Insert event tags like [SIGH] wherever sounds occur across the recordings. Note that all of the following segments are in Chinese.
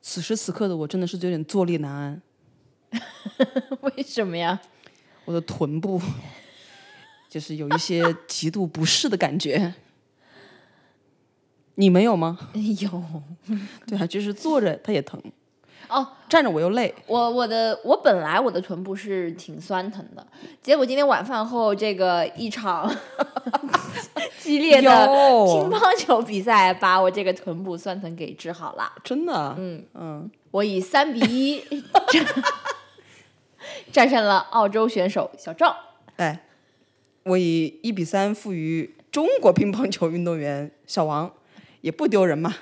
此时此刻的我真的是有点坐立难安， [LAUGHS] 为什么呀？我的臀部就是有一些极度不适的感觉。你没有吗？有 [LAUGHS] 对啊，就是坐着它也疼，哦，站着我又累。我我的我本来我的臀部是挺酸疼的，结果今天晚饭后这个一场 [LAUGHS] 激烈的有乒乓球比赛把我这个臀部酸疼给治好了。真的，嗯嗯，我以三比一战 [LAUGHS] 战胜了澳洲选手小赵。哎，我以一比三负于中国乒乓球运动员小王，也不丢人嘛。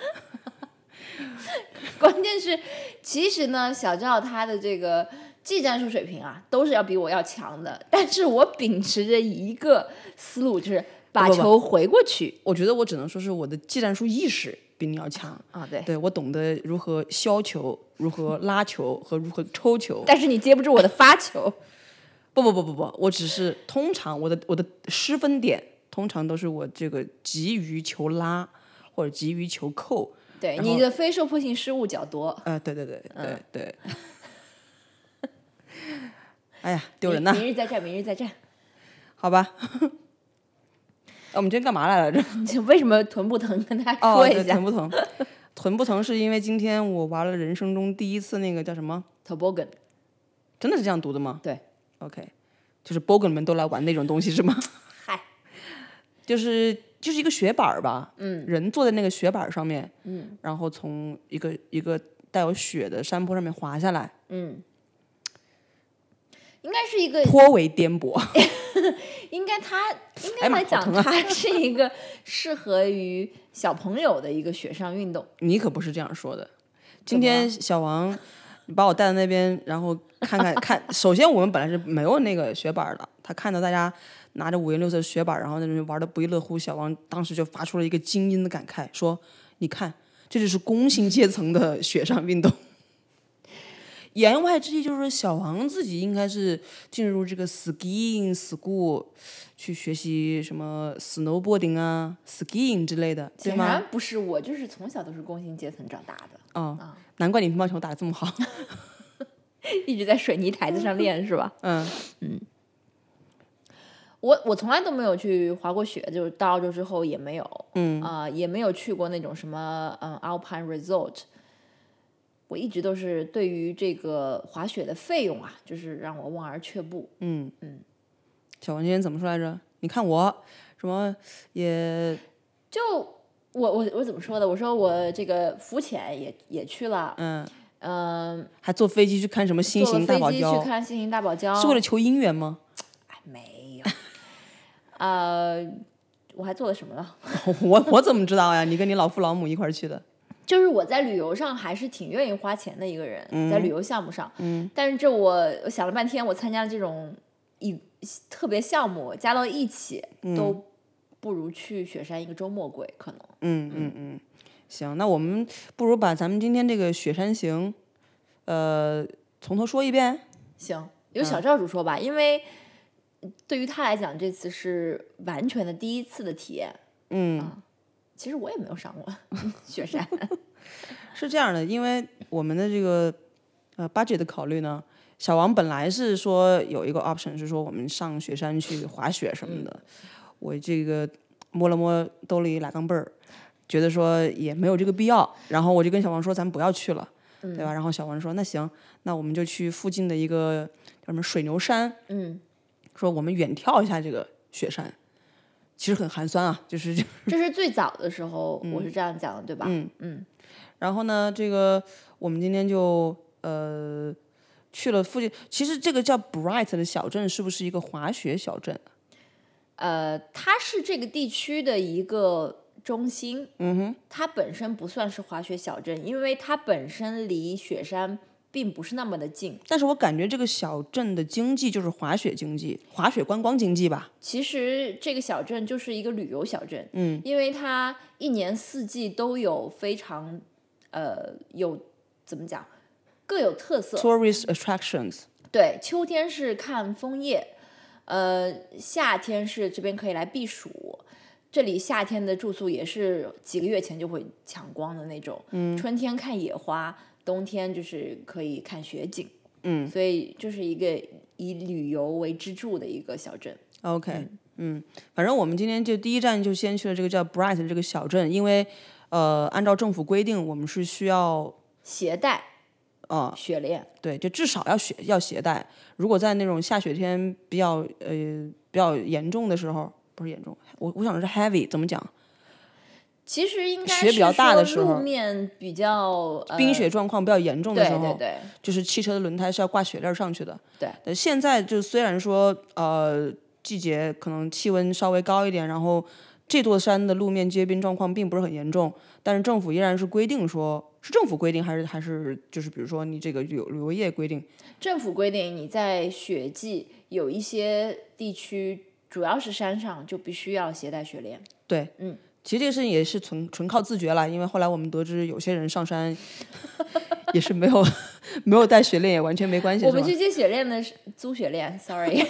[LAUGHS] 关键是，其实呢，小赵他的这个技战术水平啊，都是要比我要强的。但是我秉持着一个思路，就是把不不不球回过去。我觉得我只能说是我的技战术意识比你要强，啊，对。对我懂得如何削球、如何拉球和如何抽球。但是你接不住我的 [LAUGHS] 发球，不不不不不，我只是通常我的我的失分点通常都是我这个急于求拉或者急于求扣。对然你后的非受迫性失误较多，呃，对对对对、对。 [LAUGHS] 哎呀，丢人呐！明明日再战，明日再战。 [LAUGHS] 哎好吧。 [LAUGHS] 哎那我们今天干嘛来了？这你为什么臀部疼？跟大家哦，说对一下臀不疼，臀不疼是因为今天我玩了人生中第一次那个叫什么？ ，toboggan。真的是这样读的吗？对，OK，就是 bogan 们都来玩那种东西是吗？嗨，就是就是一个雪板儿吧，嗯，人坐在那个雪板儿上面，嗯，然后从一个一个带有雪的山坡上面滑下来，应该是一个，颇为颠簸。应该它应哎该呀妈来讲好，疼啊它 [LAUGHS] 是一个适合于小朋友的一个雪上运动。你可不是这样说的。今怎么天小王把我带到那边，然后看看看。首先，我们本来是没有那个雪板儿的，他看到大家拿着五颜六色的雪板儿，然后在那边玩的不亦乐乎，小王当时就发出了一个精英的感慨，说：“你看，这就是工薪阶层的雪上运动。”言外之意就是说，小王自己应该是进入这个 skiing school 去学习什么 snowboarding 啊、skiing 之类的，对显吗？然不是我，就是从小都是工薪阶层长大的，哦，难怪你乒乓球打得这么好。 [LAUGHS] 一直在水泥台子上练， [LAUGHS] 是吧？嗯，我我从来都没有去滑过雪，就是到澳洲之后也没有，嗯啊、也没有去过那种什么嗯 Alpine Resort。我一直都是对于这个滑雪的费用啊，就是让我望而却步。小王今天怎么说来着？你看我什么也就我我我怎么说的？我说我这个浮潜也也去了，嗯，嗯、还坐飞机去看什么星坐了形大飞堡机去礁，看星星大堡礁，是为了求姻缘吗？ [LAUGHS] 哎没有，呃，我还做了什么了？我我怎么知道呀？你跟你老父老母一块儿去的，就是我在旅游上还是挺愿意花钱的一个人，在旅游项目上，嗯，但是这我我想了半天，我参加的这种一特别项目加到一起，都不如去雪山一个周末贵，可能嗯嗯嗯。行，那我们不如把咱们今天这个雪山行，呃，从头说一遍。行，由小赵主说吧，因为对于他来讲，这次是完全的第一次的体验，啊嗯，其实我也没有上过 [LAUGHS] 雪山，是这样的，因为我们的这个呃 budget 的考虑呢，小王本来是说有一个 option 是说我们上雪山去滑雪什么的，我这个摸了摸兜里俩钢镚儿，觉得说也没有这个必要，然后我就跟小王说咱不要去了，对吧？然后小王说那行，那我们就去附近的一个叫什么水牛山，嗯，说我们远眺一下这个雪山，其实很寒酸啊，就是这。这是最早的时候，我是这样讲的，对吧？嗯嗯，然后呢，这个我们今天就呃去了附近，其实这个叫 Bright 的小镇是不是一个滑雪小镇？啊呃，它是这个地区的一个中心，嗯哼，它本身不算是滑雪小镇，因为它本身离雪山并不是那么的近。但是我感觉这个小镇的经济就是滑雪经济、滑雪观光经济吧。其实这个小镇就是一个旅游小镇，嗯，因为它一年四季都有非常，呃，有怎么讲，各有特色。 Tourist attractions，对，秋天是看枫叶，呃，夏天是这边可以来避暑，这里夏天的住宿也是几个月前就会抢光的那种，嗯，春天看野花，冬天就是可以看雪景，嗯，所以就是一个以旅游为支柱的一个小镇。 OK，嗯反正我们今天就第一站就先去了这个叫 Bright 的这个小镇，因为呃，按照政府规定，我们是需要携带啊雪链，对，就至少要携要携带。如果在那种下雪天比较呃比较严重的时候，不是严重，我我想的是 heavy 怎么讲，其实应该雪比较是大的说时候路面比较、呃、冰雪状况比较严重的对时候，对对，就是汽车的轮胎是要挂雪链儿上去的。对，呃，现在就虽然说呃季节可能气温稍微高一点，然后这座山的路面结冰状况并不是很严重，但是政府依然是规定说，是政府规定还是还是就是比如说你这个旅游旅游业规定，政府规定你在雪季有一些地区，主要是山上就必须要携带雪链。对，嗯。其实这个事情也是纯纯靠自觉啦，因为后来我们得知有些人上山也是没有 [LAUGHS] 没有带雪链，也完全没关系，我是们吧去借雪链的是租雪链，sorry，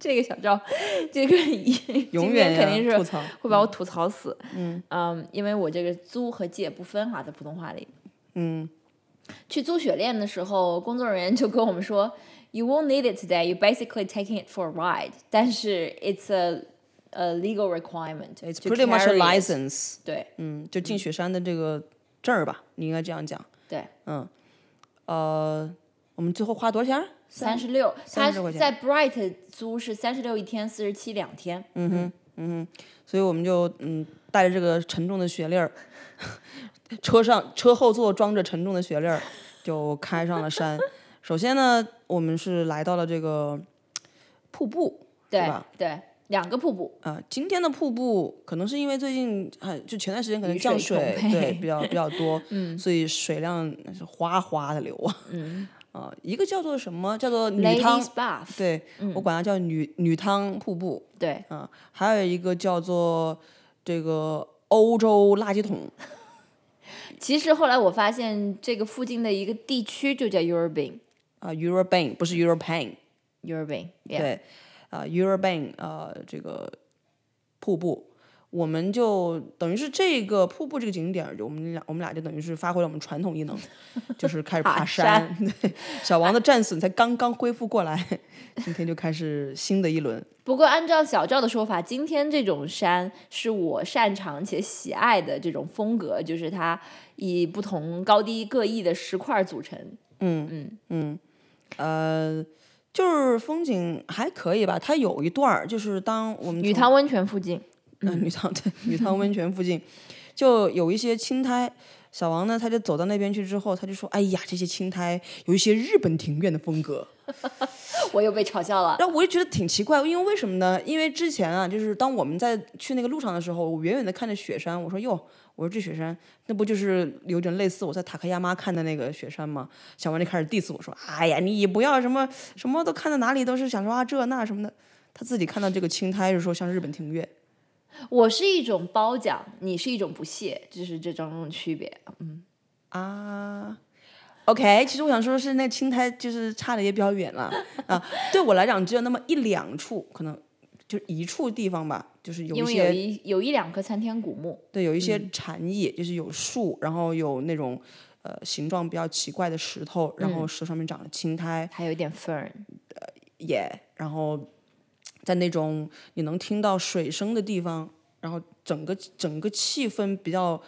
这个小赵，这个一永今远天呀肯定是吐槽会把我吐槽死。嗯因为我这个租和借不分哈，在普通话里。嗯，去租雪链的时候，工作人员就跟我们说，You won't need it today. You basically taking it for a ride. 但是 it's a a legal requirement. It's pretty much a license。对嗯，就进雪山的这个证儿吧，你应该这样讲。嗯对，呃，我们最后花多少钱儿？三十六，他30块钱在 Bright 租是三十六一天，四十七两天。嗯所以我们就嗯带着这个沉重的雪粒儿， [LAUGHS] 车上车后座装着沉重的雪粒儿，就开上了山。首先呢，我们是来到了这个瀑布，对是吧？对，两个瀑布，啊、今天的瀑布可能是因为最近啊，就前段时间可能雨降水水充沛对 [LAUGHS] 比较比较多，嗯，所以水量那是哗哗的流啊。嗯， [LAUGHS] 啊、一个叫做什么叫做女汤 Ladies Bath，对，我管它叫女女汤瀑布对，啊、还有一个叫做这个欧洲垃圾桶，其实后来我发现这个附近的一个地区就叫 Urban，Urban，啊、e u r o b a n 不是 European， yeah, 对，啊、e u r o b a n 啊、这个瀑布，我们就等于是这个瀑布这个景点儿，就我们俩我们俩就等于是发挥了我们传统异能，就是 [LAUGHS] 开始爬爬山。 [LAUGHS] 对，小王的战损才刚刚恢复过来，今天就开始新的一轮。不过按照小赵的说法，今天这种山是我擅长且喜爱的这种风格，就是它以不同高低各异的石块组成。呃，就是风景还可以吧，它有一段儿就是当我们女从汤温泉附近，嗯、女汤 [LAUGHS] 对女汤温泉附近，就有一些青苔。小王呢，他就走到那边去之后，他就说：“哎呀，这些青苔有一些日本庭院的风格。 [LAUGHS] 我又被嘲笑”了。然后我就觉得挺奇怪，因为为什么呢？因为之前啊，就是当我们在去那个路上的时候，我远远的看着雪山，我说：“哟，我说这雪山，那不就是有点类似我在塔克亚妈看的那个雪山吗？”小王就开始 diss 我说：“哎呀，你也不要什么什么都看到哪里都是想说啊这那什么的。”他自己看到这个青苔就说像日本庭院。我是一种褒奖，你是一种不屑，就是这种区别。啊。OK，其实我想说的是，那青苔就是差的也比较远了啊。 [LAUGHS] 对我来讲，只有那么一两处，可能就一处地方吧，就是有因一为有嗯些一有一两棵参天古木，对有一些禅意，就是有树，然后有那种呃形状比较奇怪的石头，然嗯后石头上面长着青苔，还有一点 fern。也、然后在那种你能听到水声的地方，然后整个整个气氛比较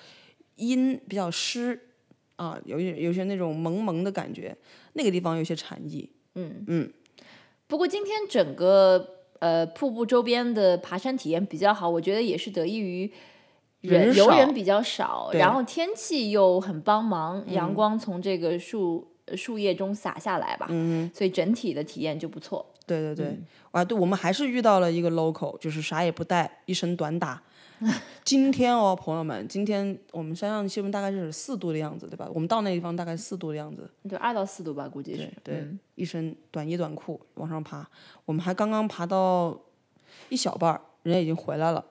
阴，比较湿啊，有一有一些那种蒙蒙的感觉，那个地方有一些禅意。不过今天整个呃瀑布周边的爬山体验比较好，我觉得也是得益于人人游少人比较少，对嗯然后天气又很帮忙，阳光从这个树呃树叶中洒下来吧，嗯所以整体的体验就不错。对对对，啊，对，我们还是遇到了一个 local，就是啥也不带，一身短打。 [LAUGHS] 今天哦，朋友们，今天我们山上的气温大概是四度的样子，对吧？我们到那地方大概四度的样子。就二到四度吧，估计是。对，一身短衣短裤往上爬。我们还刚刚爬到一小半儿，人家已经回来了。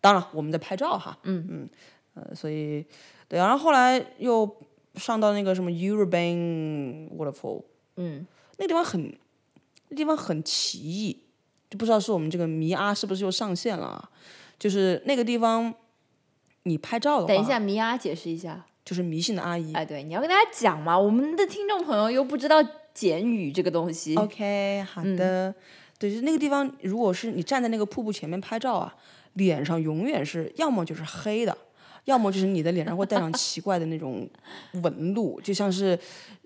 当然，我们在拍照哈。嗯嗯，呃，所以对，然后后来又上到那个什么 Urban Waterfall，嗯，那地方很，那地方很奇异。就不知道是我们这个迷阿是不是又上线了啊？就是那个地方，你拍照的话，嗯等一下，米娅解释一下。就是迷信的阿姨。哎，对，你要跟大家讲嘛，我们的听众朋友又不知道简语这个东哦西。 OK，好的，对，就是那个地方，如果是你站在那个瀑布前面拍照啊，脸上永远是要么就是黑的，要么就是你的脸上会带上奇怪的那种纹路，就像是，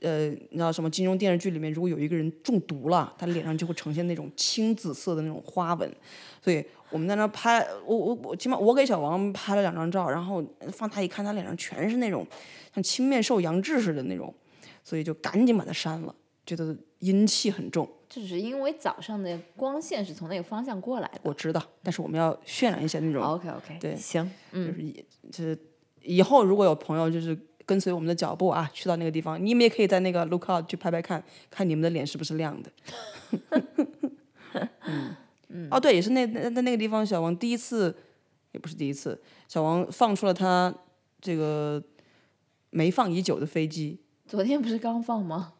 呃，你知道什么金庸电视剧里面，如果有一个人中毒了，他脸上就会呈现那种青紫色的那种花纹，所以。我们在那拍，我我我，起码我给小王拍了两张照，然后放大一看，他脸上全是那种像青面兽杨志似的那种，所以就赶紧把它删了，觉得阴气很重。这只是因为早上的光线是从那个方向过来的。我知道，但是我们要渲染一下那种， OK OK，对，行，嗯，就是以就是以后如果有朋友就是跟随我们的脚步啊，去到那个地方，你们也可以在那个 lookout 去拍拍看，看你们的脸是不是亮的。 [LAUGHS] 嗯，哦，对，也是那那那那个地方，小王第一次，也不是第一次，小王放出了他这个没放已久的飞机。昨天不是刚放吗？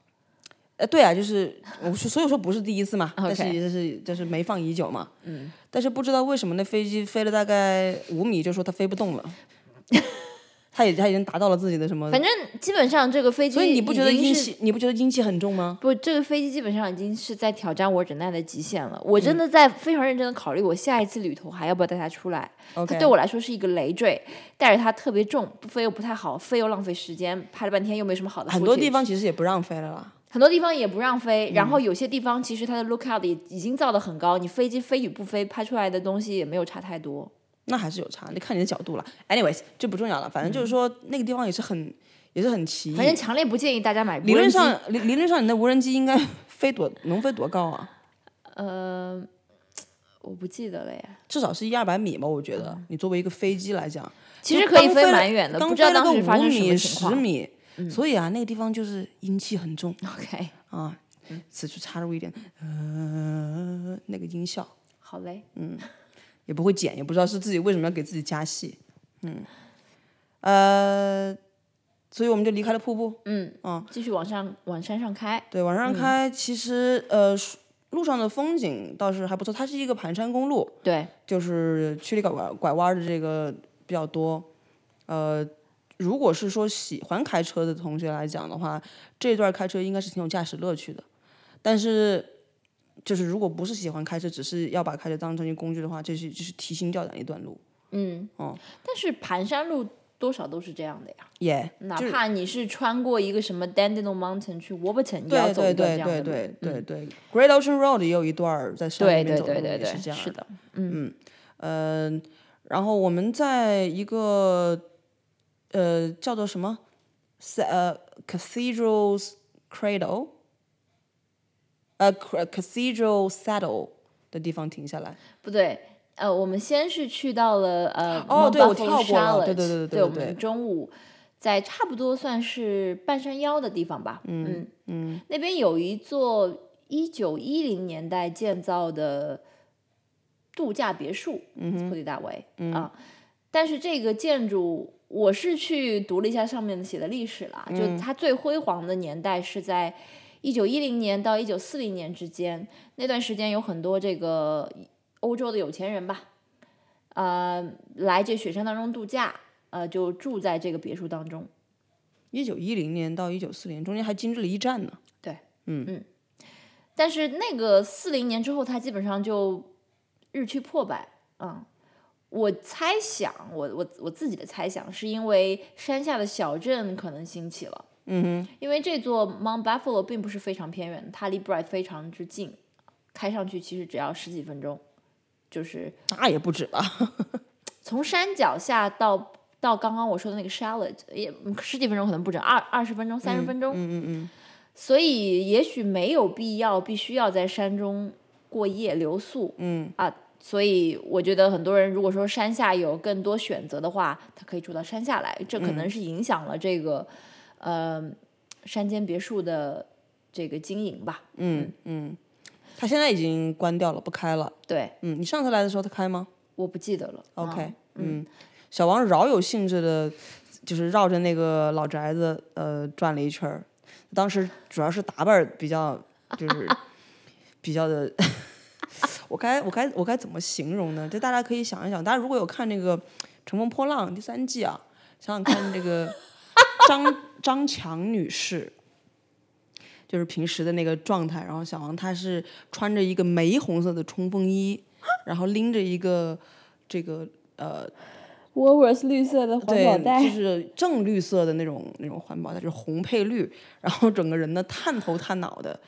呃，对啊，就是我说，所以说不是第一次嘛 OK 但是也就是就是没放已久嘛。嗯。但是不知道为什么那飞机飞了大概五米，就说它飞不动 [LAUGHS] 了。它也它已经达到了自己的什么？反正基本上这个飞机，所以你不觉得阴阴气？你不觉得阴气很重吗？不，这个飞机基本上已经是在挑战我忍耐的极限了。嗯我真的在非常认真的考虑，我下一次旅途还要不要带它出来？它对我来说是一个累赘，带着它特别重，不飞又不太好，飞又浪费时间，拍了半天又没什么好的。很多地方嗯其实也不让飞了啦。很多地方也不让飞，然后有些地方其实它的 lookout 也已经造得很高，你飞机飞与不飞拍出来的东西也没有差太多。那还是有差，你看你的角度了。Anyways，这不重要了，反正就是说、那个地方也是很也是很奇异。嗯反正强烈不建议大家买无理人论机。上理理论上你的无人机应该飞多能飞多高啊？呃，我不记得了耶。至少是一二百米吧，我觉得。你作为一个飞机来讲，嗯其实就可以刚飞了蛮远的，刚不知道飞了当个时发五生什么米、情十况。嗯米，所以啊，那个地方就是阴气很重 OK，啊。此处插入一点呃那个音效，好嘞，也不会剪，也不知道是自己为什么要给自己加戏，嗯，呃，所以我们就离开了瀑布，嗯，继续往上往山上开。对，往上开，其实呃，树路上的风景倒是还不错，它是一个盘山公路，对，就是曲里拐弯拐弯的这个比较多。呃，如果是说喜欢开车的同学来讲的话，这段开车应该是挺有驾驶乐趣的。但是，就是如果不是喜欢开车，只是要把开车当成一个工具的话，这是就是提心吊胆的一段路。嗯，但是盘山路多少都是这样的呀，耶、哪怕你是穿过一个什么 Dandenong Mountain 去 Warburton，也要对走对对一段这样对的路。嗯对对对，Great Ocean Road 也有一段儿在山对里面对走的对路对也对，是这样是的，嗯，然后我们在一个呃叫做什么，塞呃 Cathedral's Cradle，呃 Cra- Cathedral Saddle 的地方停下来。不对。呃，我们先是去到了呃，哦 Mount 对我 Buffalo 跳过了 Charlotte，对对对对对我对们中午在差不多算是半山腰的地方吧，嗯嗯，那边有一座一九一零年代建造的度假别墅，嗯，普里大维，嗯啊，但是这个建筑我是去读了一下上面写的历史啦，嗯就它最辉煌的年代是在一九一零年到一九四零年之间，那段时间有很多这个欧洲的有钱人吧，呃，来这雪山当中度假，呃，就住在这个别墅当中。一九一零年到一九四零中间还经历了一战呢。但是那个四零年之后，它基本上就日趋破败。嗯，我猜想，我我我自己的猜想是因为山下的小镇可能兴起了。嗯哼，因为这座 Mount Buffalo 并不是非常偏远，它离 Bright 非常之近，开上去其实只要十几分钟，就是那也不止吧，从山脚下到到刚刚我说的那个 Charlotte 也嗯十几分钟可能不止，二二十分钟、三十分钟。嗯嗯嗯。所以也许没有必要必须要在山中过夜留宿。嗯啊，所以我觉得很多人如果说山下有更多选择的话，他可以住到山下来，这可能是影响了这个、呃山间别墅的这个经营吧。它现在已经关掉了，不开了。对，嗯，你上次来的时候它开吗我不记得了。 ？OK，、啊嗯，小王饶有兴致的，就是绕着那个老宅子呃转了一圈儿。 [LAUGHS] 当时主要是打扮儿比较就是比较的 [LAUGHS] 我该我该我该怎么形容呢？就大家可以想一想，大家如果有看那个《乘风破浪》第三季啊，想想看这个张 [LAUGHS] 张强女士，就是平时的那个状态。然后小王他是穿着一个玫红色的冲锋衣，然后拎着一个这个呃沃沃斯绿色的环保对，袋，就是 [LAUGHS] 正绿色的那种那种环保袋，就是红配绿，然后整个人呢探头探脑的，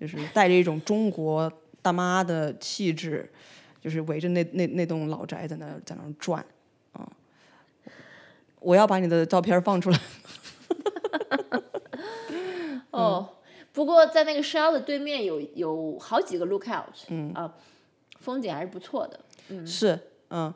就是带着一种中国大妈的气质，就是围着那那那栋老宅在那在那转，啊、我要把你的照片放出来，哦。不过在那个 Shell 的对面有有好几个 lookout，嗯啊，风景还是不错的。是，嗯，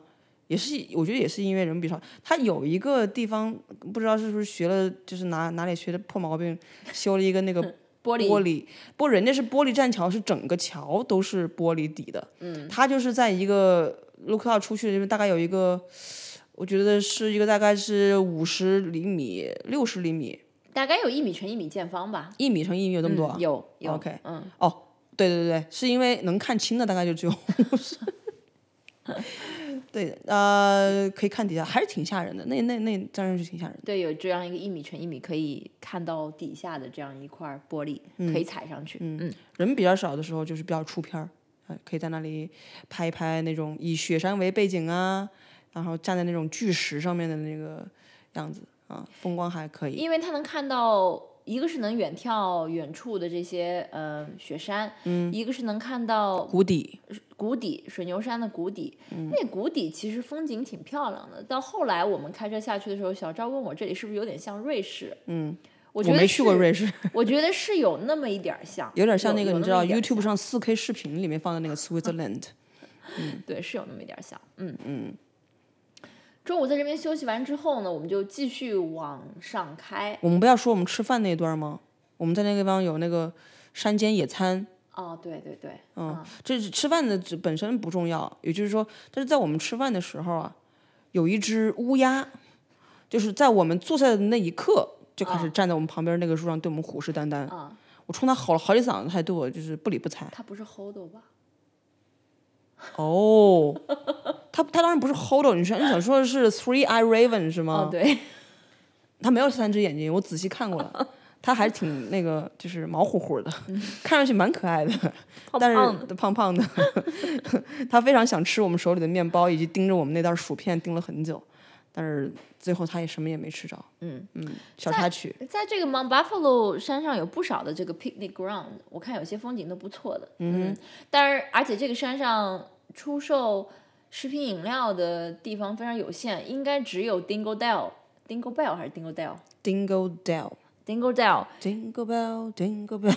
也是，我觉得也是因为人比较少。他有一个地方不知道是不是学了，就是哪哪里学的破毛病，修了一个那个玻璃玻璃，不过人家是玻璃栈桥，是整个桥都是玻璃底的。嗯，他就是在一个 lookout 出去，就是大概有一个，我觉得是一个大概是五十厘米、六十厘米、大概有一米乘一米见方吧，一米乘一米有这么多啊、嗯有有 OK 嗯，哦，对对对，是因为能看清的大概就只有五十。 [LAUGHS] 对，呃，可以看底下，还是挺吓人的。那那那站上去挺吓人的。对，有这样一个一米乘一米可以看到底下的这样一块玻璃，可以踩上去。嗯，人比较少的时候，就是比较出片儿，呃，可以在那里拍一拍那种以雪山为背景啊，然后站在那种巨石上面的那个样子啊，风光还可以。因为它能看到，一个是能远眺远处的这些呃雪山，嗯，一个是能看到谷底，谷底水牛山的谷底，嗯那谷底其实风景挺漂亮的。到后来我们开车下去的时候，小赵问我这里是不是有点像瑞士？嗯，我我觉得没去过是，瑞士，我觉得是有那么一点儿像，有点像那个有你知道有那么一点儿啊 YouTube 上 4K 视频里面放的那个 Switzerland。对，是有那么一点儿像，嗯嗯。中午在这边休息完之后呢，我们就继续往上开。我们不要说我们吃饭那一段吗？我们在那个地方有那个山间野餐，哦，对对对，嗯，这是吃饭的只本身不重要，也就是说，但是在我们吃饭的时候啊，有一只乌鸦，就是在我们坐下的那一刻就开始站在我们旁边那个树上，对我们虎视眈眈。啊我冲它吼了好几嗓子，它也对我就是不理不睬。它不是 Hodo 吧？哦，它它当然不是 Hodo，你说你想说的是 Three Eye Raven 是吗？哦，对，它没有三只眼睛，我仔细看过了，它还挺那个，就是毛乎乎的， [LAUGHS] 看上去蛮可爱的，但是胖胖胖的， [LAUGHS] 它非常想吃我们手里的面包，以及盯着我们那袋薯片盯了很久，但是最后它也什么也没吃着。嗯嗯，小插曲，在这个 Mount Buffalo 山上有不少的这个 picnic ground，我看有些风景都不错的。嗯，但是而且这个山上出售食品饮料的地方非常有限，应该只有 Dingle Dell、Dingle Bell 还是 Dingle Dell？Dingle Dingle Dell，Dingle Dell Bell，Dingle Bell，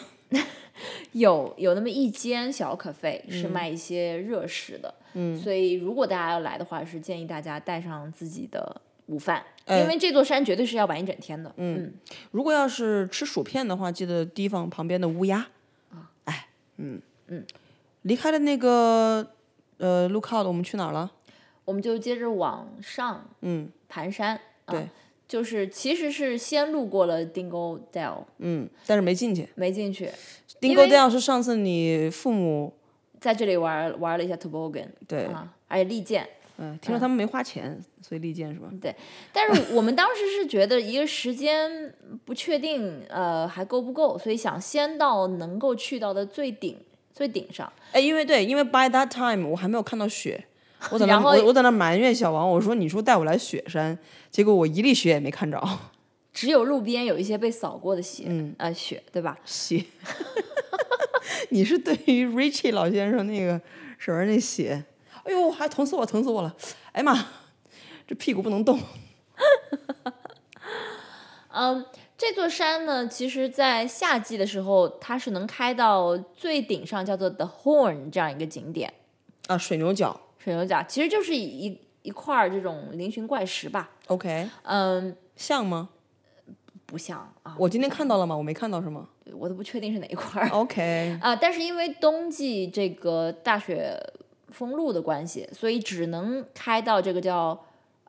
有有那么一间小可费是卖一些热食的，嗯，所以如果大家要来的话，是建议大家带上自己的午饭，因为这座山绝对是要玩一整天的，嗯，如果要是吃薯片的话，记得提防旁边的乌鸦。啊，哎，嗯嗯，离开了那个呃 lookout，我们去哪儿了？我们就接着往上，嗯，盘山，啊、对，就是其实是先路过了 Dingle Dell，嗯，但是没进去。没进去，丁因哥为 Dell 是上次你父母在这里玩玩了一下 toboggan，对，啊，而且利剑，嗯，听说他们没花钱，所以利剑是吧？但是我们当时是觉得一个时间不确定，呃，还够不够，所以想先到能够去到的最顶最顶上。哎，因为对，因为 by that time 我还没有看到雪，我在那然后我我在那埋怨小王，我说你说带我来雪山，结果我一粒雪也没看着， [LAUGHS] 只有路边有一些被扫过的鞋，嗯、呃，雪对吧？鞋。 [LAUGHS] 你是对于 Richie 老先生那个手上那血，哎呦，还疼死我，疼死我了！哎呀妈，这屁股不能动。嗯，这座山呢，其实在夏季的时候，它是能开到最顶上，叫做 The Horn 这样一个景点。啊，水牛角水牛角其实就是一一块儿这种嶙峋怪石吧， ，OK，嗯，像吗？不像啊，我今天看到了吗？我没看到是吗我都不确定是哪一块儿。 [LAUGHS] ？OK，啊，但是因为冬季这个大雪封路的关系，所以只能开到这个叫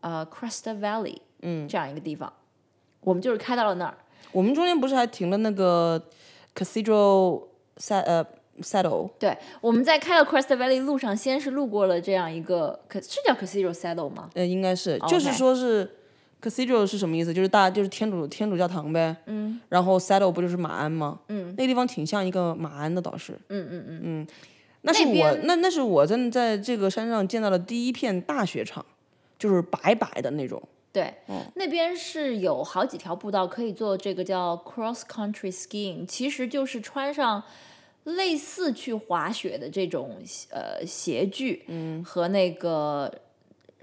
呃 Crest Valley 嗯这样一个地方。我们就是开到了那儿，我们中间不是还停了那个 Cathedral 塞呃 settle，对，我们在开了 Crest Valley 路上，先是路过了这样一个，可是叫 Casino Saddle 吗？呃，应该是就是说是 cathedral 是什么意思？就是大就是天主天主教堂呗。嗯。然后 saddle 不就是马鞍吗？嗯。那个地方挺像一个马鞍的，倒是。嗯嗯嗯嗯。那是我边那那是我在在这个山上见到的第一片大雪场，就是白白的那种。对，那边是有好几条步道可以做这个叫 cross country skiing，其实就是穿上类似去滑雪的这种呃鞋具，嗯，和那个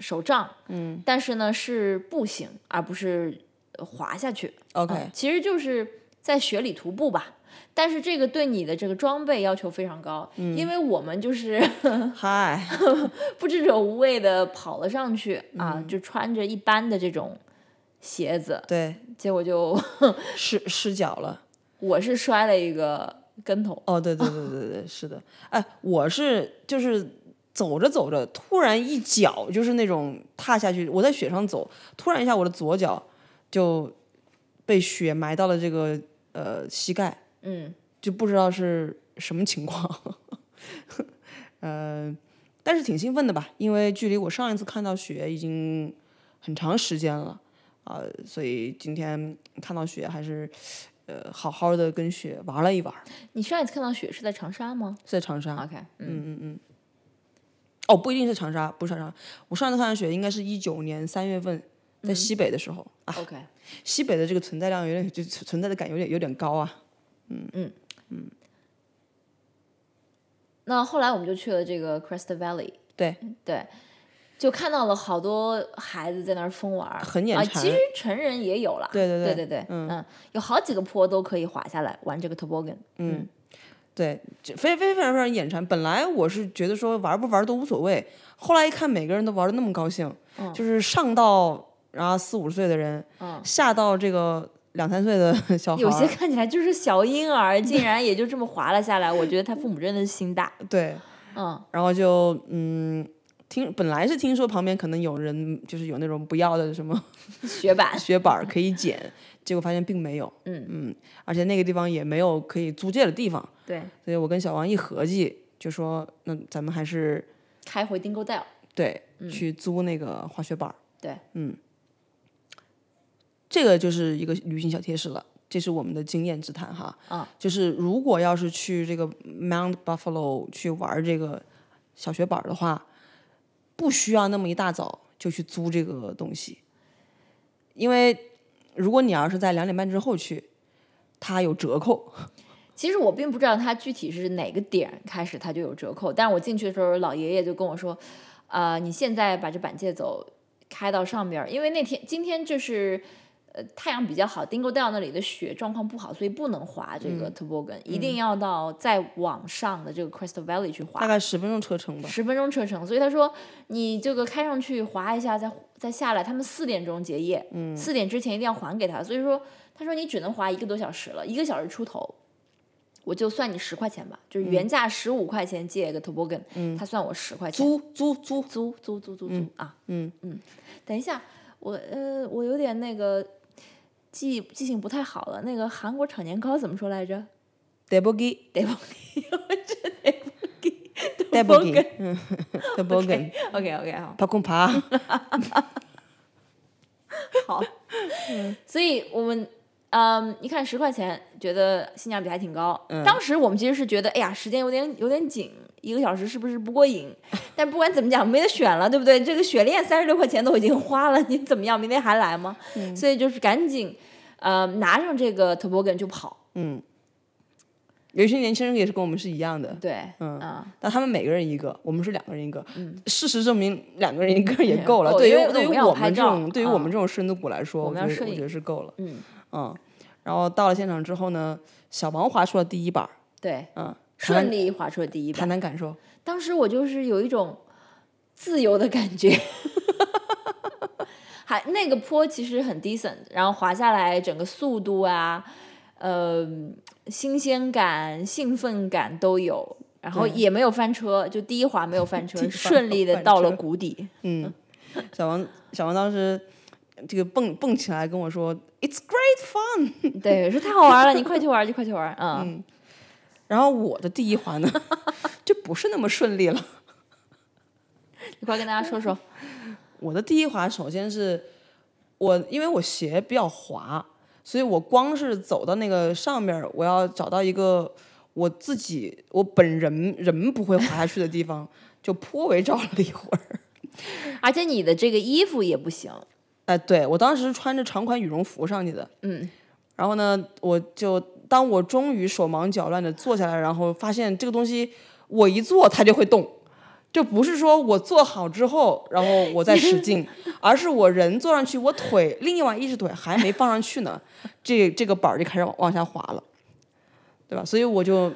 手杖，嗯，但是呢是步行，而不是呃滑下去。 OK，、嗯其实就是在雪里徒步吧。但是这个对你的这个装备要求非常高，因为我们就是 [LAUGHS] 哦嗨，不知者无畏的跑了上去啊，就穿着一般的这种鞋子，对，结果就 [LAUGHS] 湿湿脚了。我是摔了一个跟头，哦，对对对对对，是的。哎，我是就是走着走着，突然一脚就是那种踏下去，我在雪上走，突然一下我的左脚就被雪埋到了这个呃膝盖，嗯，就不知道是什么情况。 [LAUGHS] 呃，但是挺兴奋的吧，因为距离我上一次看到雪已经很长时间了啊、所以今天看到雪还是呃好好的跟雪玩了一玩。你上一次看到雪是在长沙吗在长沙。 ？OK，嗯，哦，不一定是长沙，不是长沙。我上次看雪应该是一九年三月份，在嗯西北的时候、啊， OK，西北的这个存在量有点，就存存在的感有点有点高啊。那后来我们就去了这个 Crest Valley，对对，就看到了好多孩子在那儿疯玩儿，很眼啊，馋其实成人也有啦，对对对对对嗯有好几个坡都可以滑下来玩这个 toboggan，嗯对，这非非非常非常眼馋。本来我是觉得说玩不玩都无所谓，后来一看每个人都玩的那么高兴，嗯就是上到然后四五十岁的人，下到这个两三岁的小孩儿，有些看起来就是小 [LAUGHS] 婴儿，竟然也就这么滑了下来，我觉得他父母真的是心大，对，嗯，然后就嗯。听，本来是听说旁边可能有人就是有那种不要的什么 [LAUGHS] 雪板，雪板儿可以捡，结果发现并没有。嗯嗯，而且那个地方也没有可以租借的地方，对，所以我跟小王一合计，就说那咱们还是开回 Dingo Dell，对、去租那个滑雪板儿。对，嗯，这个就是一个旅行小贴士了。这是我们的经验之谈哈，嗯就是如果要是去这个 Mount Buffalo 去玩这个小雪板儿的话，不需要那么一大早就去租这个东西，因为如果你要是在两点半之后去，它有折扣。其实我并不知道它具体是哪个点开始它就有折扣，但是我进去的时候，老爷爷就跟我说，呃，你现在把这板借走，开到上边儿，因为那天今天就是。呃，太阳比较好，Dingo Dell 那里的雪状况不好，所以不能滑这个 toboggan，、一定要到再往上的这个 Crest Valley 去滑大，概十分钟车程吧。十分钟车程。所以他说，你这个开上去滑一下，再再下来，他们四点钟结业，四、点之前一定要还给他。所以说，他说你只能滑一个多小时了，一个小时出头，我就算你十块钱吧，就是原价十五块钱借一个 toboggan，、他算我十块钱。租租租，租租租租租、啊，嗯嗯嗯，等一下，我呃，我有点那个记记性不太好了，那个韩国炒年糕怎么说来着？ d e b o g i 得不 [LAUGHS] d e b o g i [LAUGHS] d e b o [LAUGHS] g i ？OK OK 好。帕空帕， [LAUGHS] 好，所以我们嗯，一看十块钱，觉得性价比还挺高。当时我们其实是觉得，哎呀，时间有点有点紧，一个小时是不是不过瘾？ [LAUGHS] 但不管怎么讲，没得选了，对不对？这个雪链三十六块钱都已经花了，你怎么样？明天还来吗？所以就是赶紧呃拿上这个 toboggan 就跑。嗯， [LAUGHS] 有些年轻人也是跟我们是一样的，对，嗯但他们每个人一个，我们是两个人一个。事实证明，两个人一个 [LAUGHS] 也够了。够对因为于对我们于要我拍们这照啊种对于我们这种深度股来说，我我觉们要得摄我影觉得是够了。嗯嗯，然后到了现场之后呢，小王滑出了第一板儿，对，嗯，顺利滑出了第一谈板。谈感受。当时我就是有一种自由的感觉，还那个坡其实很 decent，然后滑下来整个速度啊，呃，新鲜感、兴奋感都有，然后也没有翻车，就第一滑没有翻车， [LAUGHS] 第一滑顺利的到没了有翻车 [LAUGHS] 谷底。嗯，小王小王当时这个蹦蹦起来跟我说，It's great fun。对，说太好玩了，你快去玩儿，就快去玩儿，嗯，然后我的第一环呢， [LAUGHS] 就不是那么顺利了。你快跟大家说说。我的第一滑，首先是我因为我鞋比较滑，所以我光是走到那个上面儿，我要找到一个我自己我本人人不会滑下去的地方，就颇为找了一会儿。而且你的这个衣服也不行，哎，对我当时穿着长款羽绒服上去的，嗯，然后呢，我就当我终于手忙脚乱的坐下来，然后发现这个东西我一坐它就会动，这不是说我坐好之后，然后我再使劲，而是我人坐上去，我腿另外一只腿还没放上去呢，这这个板儿就开始往往下滑了，对吧？所以我就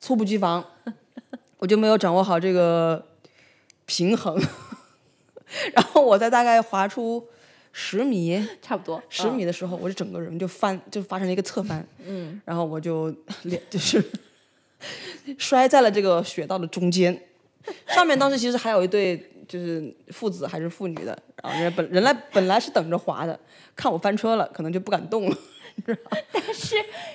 猝不及防，我就没有掌握好这个平衡， [LAUGHS] 然后我在大概滑出十米。差不多。十米的时候，我就整个人就翻，就发生了一个侧翻，嗯，然后我就脸 [LAUGHS] 就是摔在了这个雪道的中间。上面当时其实还有一对就是父子还是父女的，然后人家本人来本来是等着滑的，看我翻车了，可能就不敢动了。 [LAUGHS]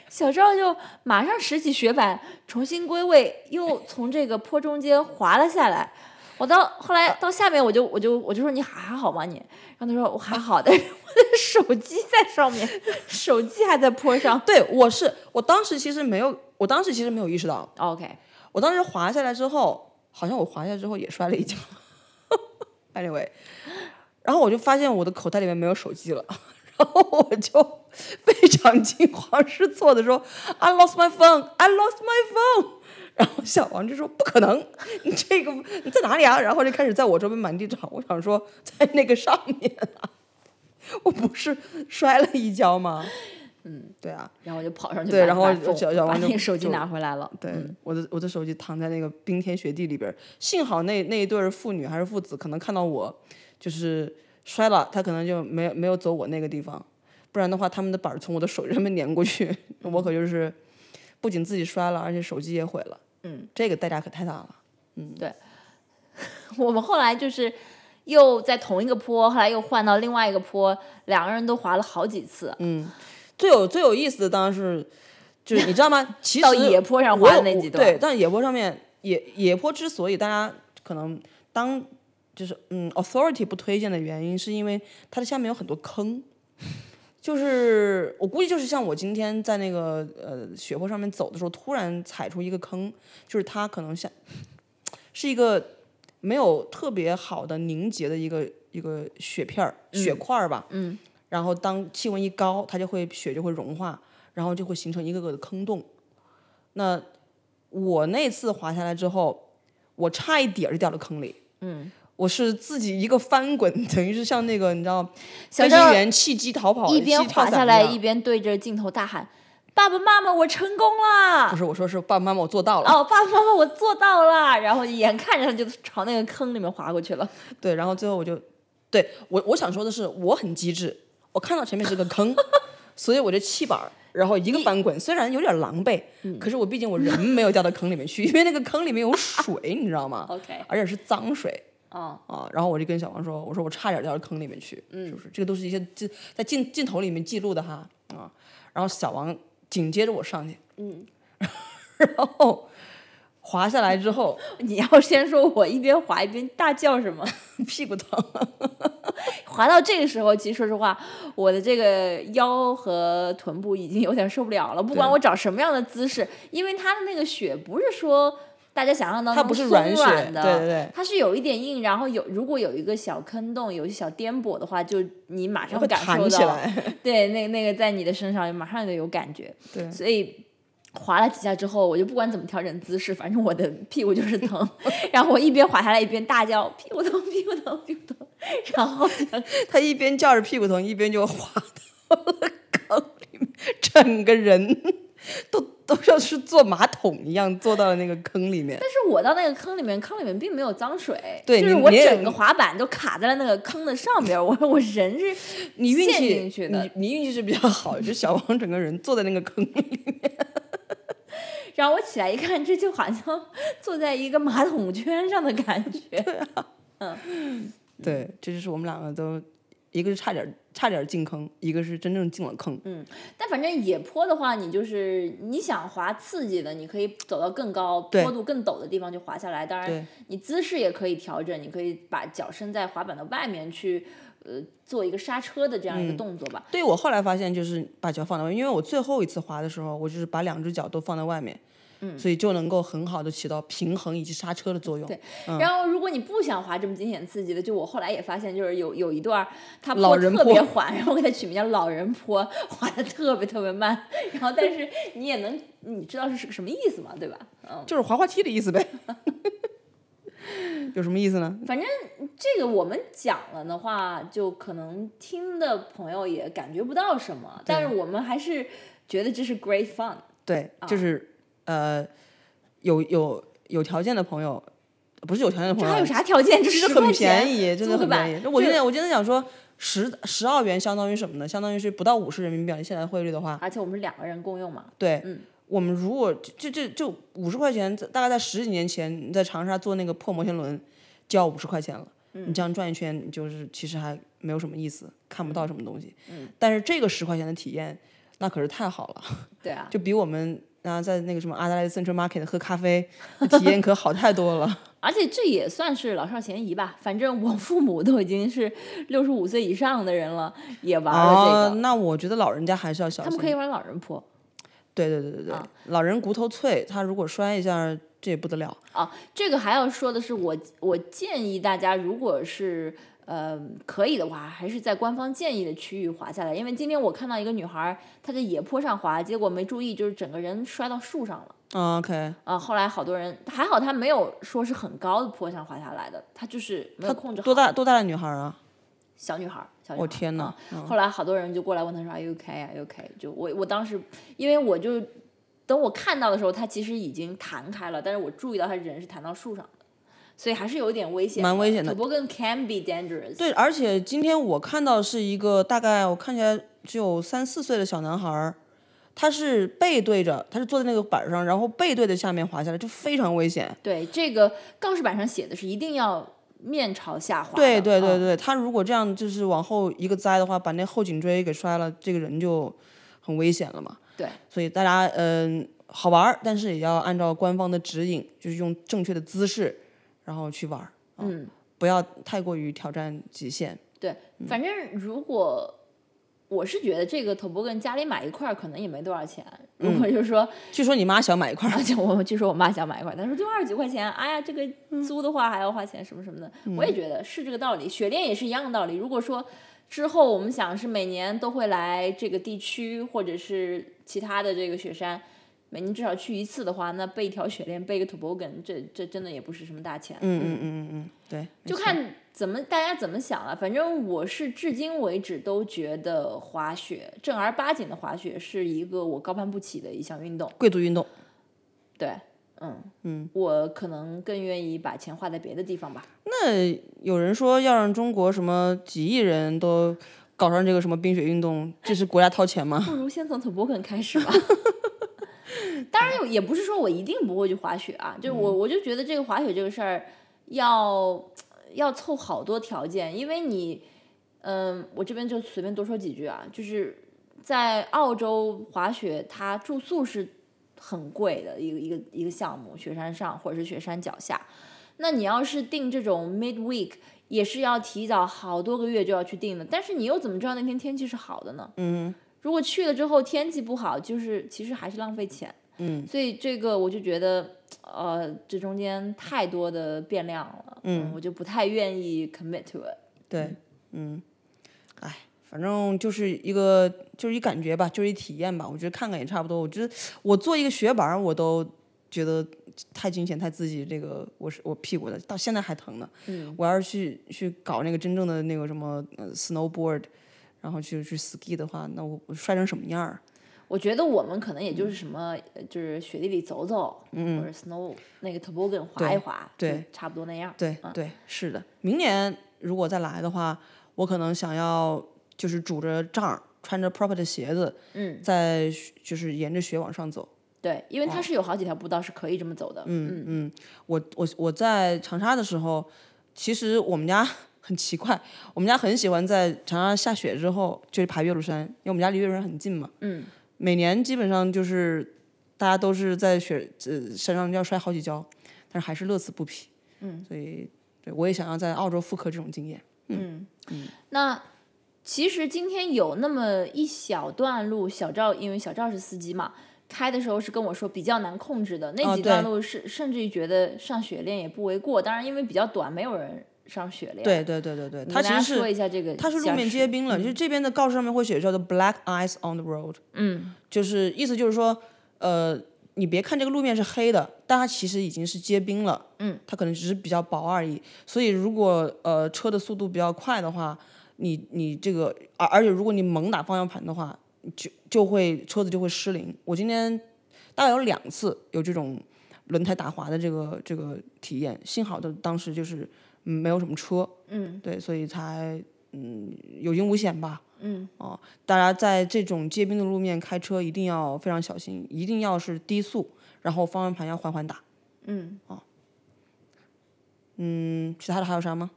小赵就马上拾起雪板，重新归位，又从这个坡中间滑了下来。我到后来到下面，我就我就我就说你还好吗你？然后他说我还好，但是我的手机在上面，手机还在坡上。对，我是我当时其实没有，我当时其实没有意识到， OK，我当时滑下来之后，好像我滑下来之后也摔了一跤。anyway，然后我就发现我的口袋里面没有手机了， [LAUGHS] 然后我就 [LAUGHS] 非常惊慌失措的说：“I lost my phone, I lost my phone。”然后小王就说：“不可能，你这个你在哪里啊？”然后就开始在我周边满地找。我想说，在那个上面啊， [LAUGHS] 我不是摔了一跤吗？嗯，对啊，然后我就跑上去把，对然后把小小把王就那个手机就拿回来了。对，我的我的手机躺在那个冰天雪地里边儿，幸好那那一对儿父女还是父子，可能看到我就是摔了，他可能就没有没有走我那个地方，不然的话他们的板儿从我的手上面碾过去， [LAUGHS] 我可就是不仅自己摔了，而且手机也毁了，嗯，这个代价可太大了。我们后来就是又在同一个坡，后来又换到另外一个坡，两个人都滑了好几次。最有最有意思的当然是，就是你知道吗？ [LAUGHS] 其实到野坡上滑的我那我几段对，但野坡上面野野坡之所以大家可能当就是嗯 authority 不推荐的原因，是因为它的下面有很多坑。就是我估计就是像我今天在那个呃雪坡上面走的时候，突然踩出一个坑，就是它可能像是一个没有特别好的凝结的一个一个雪片儿、雪块儿吧，嗯，然后当气温一高，它就会雪就会融化，然后就会形成一个个的坑洞。那我那次滑下来之后，我差一点儿就掉到坑里，嗯，我是自己一个翻滚， [LAUGHS] 等于是像那个你知道小飞赵行员弃机逃跑，一边弃跳滑伞下来，样一边对着镜头大喊：“爸爸妈妈，我成功啦！”不是我说是爸爸妈妈，我做到了。哦，爸爸妈妈，我做到了。然后眼看着他就朝那个坑里面滑过去了。对，然后最后我就，对我我想说的是，我很机智，我看到前面是个坑， [LAUGHS] 所以我就弃板儿，然后一个翻滚，虽然有点狼狈，嗯可是我毕竟我人没有掉到坑里面去，因为那个坑里面有水，你知道吗 OK 而且是脏水。哦，嗯啊，然后我就跟小王说：“我说我差点掉到坑里面去，是不是？这个都是一些这在镜镜头里面记录的哈啊。”然后小王紧接着我上去，嗯， [LAUGHS] 然后滑下来之 [LAUGHS] 后 [LAUGHS] 你要先说我一边滑一边大叫什么？ [LAUGHS] 屁股疼，滑到这个时候，其实说实话，我的这个腰和臀部已经有点受不了了。不管我找什么样的姿势，因为它的那个雪不是说。大家想象当中它不是哦松软雪软的，对对对它是有一点硬，然后有如果有一个小坑洞，有一小颠簸的话，就你马上会感受弹起到，来。对，那那个在你的身上马上就有感觉，对所以滑了几下之后，我就不管怎么调整姿势，反正我的 [LAUGHS] 屁股就 [LAUGHS] 是疼，然后我一边滑下来一边大叫屁股疼，屁股疼，屁股疼，[LAUGHS] 然后他一边叫着屁股疼，一边就滑到了坑里面，整个人 [LAUGHS] 都都像是坐马桶一样坐到了那个坑里面。但是我到那个坑里面，坑里面并没有脏水，对就是你我你也整个滑板都卡在了那个坑的上边儿，我我人是你运陷进气，去的你你运气是比较好，就小王整个人坐在那个坑里， [LAUGHS] 然后我起来一看，这就好像坐在一个马桶圈上的感觉。对，这就是我们两个都，一个是差点差点进坑，一个是真正进了坑。但反正野坡的话，你就是你想滑刺激的，你可以走到更高对坡度更陡的地方就滑下来。当对然，你姿势也可以调整，你可以把脚伸在滑板的外面去，呃，做一个刹车的这样一嗯个动作吧。对我后来发现就是把脚放在外面，因为我最后一次滑的时候，我就是把两只脚都放在外面，嗯，所以就能够很好的起到平衡以及刹车的作用。对，然后，如果你不想滑这么惊险刺激的，就我后来也发现，就是有有一段儿它老坡人特坡别缓，然后我给它取名叫老人坡，滑的特别特别慢。 [LAUGHS] 然后，但是你也能你知道是什么意思嘛，对吧？嗯，就是滑滑梯的意思呗。 [LAUGHS] 有什么意思呢？反正这个我们讲了的话，就可能听的朋友也感觉不到什么，但是我们还是觉得这是 great fun。对，就是、呃，有有有条件的朋友，不是有条件的这朋友还啊，有啥条 [LAUGHS] 件？这是十很块便钱宜，真的租个很板便宜。那我这今天我今天想说，十十澳元相当于什么呢？相当于是不到五十人民币。现在汇率的话，而且我们是两个人共用嘛，对，嗯我们如果就就就五十块钱，大概在十几年前，你在长沙坐那个破摩天轮，就要五十块钱了。嗯你这样转一圈，你就是其实还没有什么意思，看不到什么东西。嗯、但是这个十块钱的体验，那可是太好了。对啊，就比我们啊在那个什么阿德莱德 Central Market 喝咖啡体验可好太多 [LAUGHS] 了。而且这也算是老少咸宜吧。反正我父母都已经是六十五岁以上的人了，也玩了这个，啊，那我觉得老人家还是要小他心们。可以玩老人坡对对对对对，啊老人骨头脆，他如果摔一下，这也不得了。啊。这个还要说的是我，我建议大家，如果是呃可以的话，还是在官方建议的区域滑下来，因为今天我看到一个女孩儿她在野坡上滑，结果没注意，就是整个人摔到树上了。啊 OK，啊，后来好多人还好，她没有说是很高的坡上滑下来的，她就是没有控制好。多大多大的女孩啊？小女孩儿，小女孩儿。我哦天哪嗯啊！后来好多人就过来问他说：“Are you OK 啊？You OK？” 就我我当时，因为我就等我看到的时候，他其实已经弹开了，但是我注意到他人是弹到树上的，所以还是有一点危险，蛮危险的土 n can be dangerous。对，而且今天我看到是一个大概我看起来只有三四岁的小男孩儿，他是背对着，他是坐在那个板上，然后背对着下面滑下来，就非常危险。对，这个告示板上写的是一定要面朝下滑的。对对啊对对，他如果这样就是往后一个栽的话，把那后颈椎给摔了，这个人就很危险了嘛。对，所以大家嗯、好玩儿，但是也要按照官方的指引，就是用正确的姿势，然后去玩儿，啊嗯，不要太过于挑战极限。对，反正如果。我是觉得这个 t o b o g a 家里买一块儿可能也没多少钱。如嗯果就是说据说你妈想买一块儿，嗯 [LAUGHS] 而且我据说我妈想买一块，她说就二十几块钱，哎呀，这个租的话还要花钱什么什么的。我也觉得是这个道理，雪链也是一样的道理。如果说之后我们想是每年都会来这个地区或者是其他的这个雪山，每年至少去一次的话，那备一条雪链，备一个 toboggan，这这真的也不是什么大钱。嗯嗯嗯嗯嗯，对，就看怎么大家怎么想了、反正我是至今为止都觉得滑雪正儿八经的滑雪是一个我高攀不起的一项运动。贵族运动。对，嗯嗯，我可能更愿意把钱花在别的地方吧。那有人说要让中国什么几亿人都搞上这个什么冰雪运动，这是国家掏钱吗？不如先从 t o b o g a n 开始吧。 [LAUGHS] 当然有，也不是说我一定不会去滑雪啊，就我我就觉得这个滑雪这个事儿要呃要凑好多条件，因为你，嗯，我这边就随便多说几句啊，就是在澳洲滑雪，它住宿是很贵的一个一个一个项目，雪山上或者是雪山脚下。那你要是订这种 midweek，也是要提早好多个月就要去订的，但是你又怎么知道那天天气是好的呢？如果去了之后天气不好，就是其实还是浪费钱。嗯，所以这个我就觉得，呃，这中间太多的变量了，嗯，我就不太愿意 commit to it。对，嗯，哎，反正就是一个就是一感觉吧，就是一体验吧。我觉得看看也差不多。我觉得我做一个雪板儿，我都觉得太惊险、太刺激。这个我是我屁股的，到现在还疼呢。嗯，我要是去去搞那个真正的那个什么、呃、snowboard，然后去去 ski 的话，那我我摔成什么样儿？我觉得我们可能也就是什么，呃就是雪地里走走，嗯，或者 snow 那个 toboggan 滑一滑，对，差不多那样。对对，是的。明年如果再来的话，我可能想要就是拄着杖儿，穿着 proper 的鞋子，嗯，在就是沿着雪往上走。对，因为它是有好几条步道是可以这么走的。嗯，嗯，我我我在长沙的时候，其实我们家 [LAUGHS] 很奇怪，我们家很喜欢在长沙下雪之后就去爬岳麓山，因为我们家离岳麓山很近嘛。嗯，每年基本上就是大家都是在雪呃山上要摔好几跤，但是还是乐此不疲。嗯，所以对我也想要在澳洲复刻这种经验。那其实今天有那么一小段路，小赵因为小赵是司机嘛，开的时候是跟我说比较难控制的那哦几对段路是，甚至于觉得上雪链也不为过。当然，因为比较短，没有人上雪链。，对对对对对，你它跟其大家实是说一下这个，它是路面结。冰了，就是这边的告示上面会写叫做 “Black Ice on the Road”，嗯，就是意思就是说，呃，你别看这个路面是黑的，但它其实已经是结冰了，嗯，它可能只是比较薄而已。所以如果呃车的速度比较快的话，你你这个而而且如果你猛打方向盘的话，就就会车子就会失灵。我今天大概有两次有这种轮胎打滑的这个这个体验，幸好的当时就是嗯没有什么车，嗯，对，所以才嗯有惊无险吧，嗯，哦，大家在这种结冰的路面开车一定要非常小心，一定要是低速，然后方向盘要缓缓打，嗯，哦，嗯，其他的还有啥吗？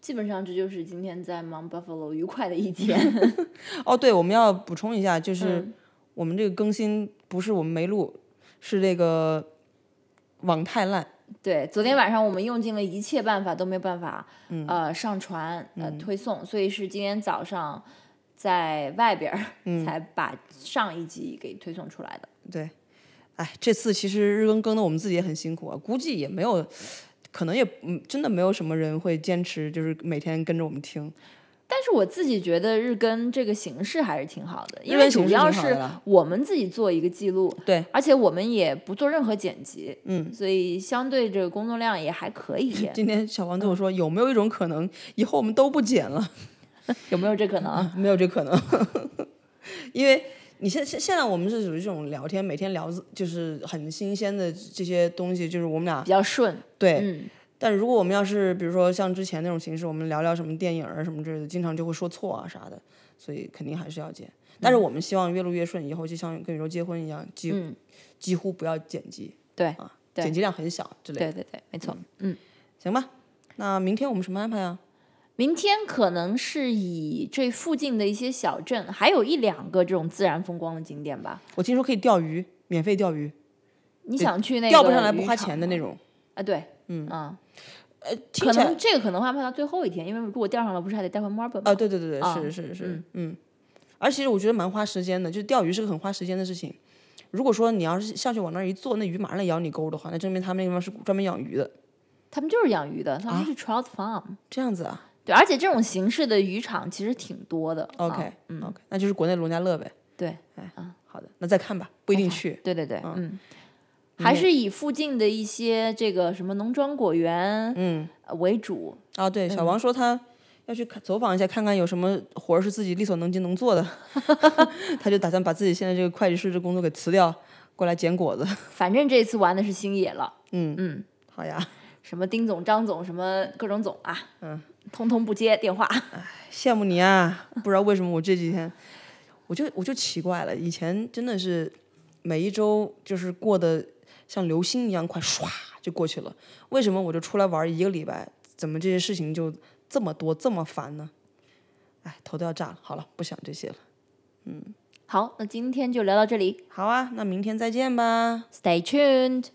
基本上这就是今天在 Mount Buffalo 愉快的一天。 [LAUGHS] 哦，对，我们要补充一下，就是我们这个更新不是我们没录，是这个网太烂，对，昨天晚上我们用尽了一切办法都没有办法，嗯呃，上传呃推送，所以是今天早上在外边儿嗯才把上一集给推送出来的。对，哎，这次其实日更更的我们自己也很辛苦啊，估计也没有，可能也嗯，真的没有什么人会坚持，就是每天跟着我们听。但是我自己觉得日更这个形式还是挺好的，日因更为形主式要挺好的是啦我们自己做一个记录，对，而且我们也不做任何剪辑，嗯，，所以相对这个工作量也还可以今天小王对嗯我说，有没有一种可能，以后我们都不剪了？ [LAUGHS] 嗯 [LAUGHS] 有没有这可能？没有这可能， [LAUGHS] 因为你现现现在我们是属于这种聊天，每天聊就是很新鲜的这些东西，就是我们俩比较顺，对，嗯，但如果我们要是比如说像之前那种形式，我们聊聊什么电影啊什么之类的，经常就会说错啊啥的，所以肯定还是要剪。但是我们希望越录越顺，以后就像跟宇宙结婚一样，几、嗯几乎不要剪辑，对啊，对剪辑量很小之类的，对对对，没错。嗯行吧？那明天我们什么安排啊？明天可能是以这附近的一些小镇，还有一两个这种自然风光的景点吧。我听说可以钓鱼，免费钓鱼，你想去那个钓不上来不渔花场钱的吗那种。啊？对，嗯啊，呃，听可起来能这个可能会安排到最后一天，因为如果钓上了，不是还得带回墨尔本吗？啊，对对对对，是是是，嗯。而且我觉得蛮花时间的，就是钓鱼是个很花时间的事情。如果说你要是下去往那儿一坐，那鱼马上来咬你钩的话，那证明他们那地方是专门养鱼的。他们就是养鱼的，他啊们是 trout farm。这样子啊对，而且这种形式的渔场其实挺多的。啊，OK，OK，、那就是国内农家乐呗。哎对，好的，嗯那再看吧，不一定去。对对对，嗯，还是以附近的一些这个什么农庄果园，嗯，为主。啊，对，小王说他要去看走访一下，看看有什么活儿是自己力所能及能做 [LAUGHS] 的，他就打算把自己现在这个会计师这工作给辞掉，过来捡果子。反正这次玩的是星野了。好呀，什么丁总、张总，什么各种总啊，嗯，通通不接电话。 [LAUGHS] 羡慕你啊！不知道为什么我这几天，我就我就奇怪了，以前真的是每一周就是过得像流星一样快，唰就过去了。为什么我就出来玩一个礼拜，怎么这些事情就这么多这么烦呢？哎，头都要炸了。好了，不想这些了。好，那今天就聊到这里好啊，那明天再见吧。 ，Stay tuned。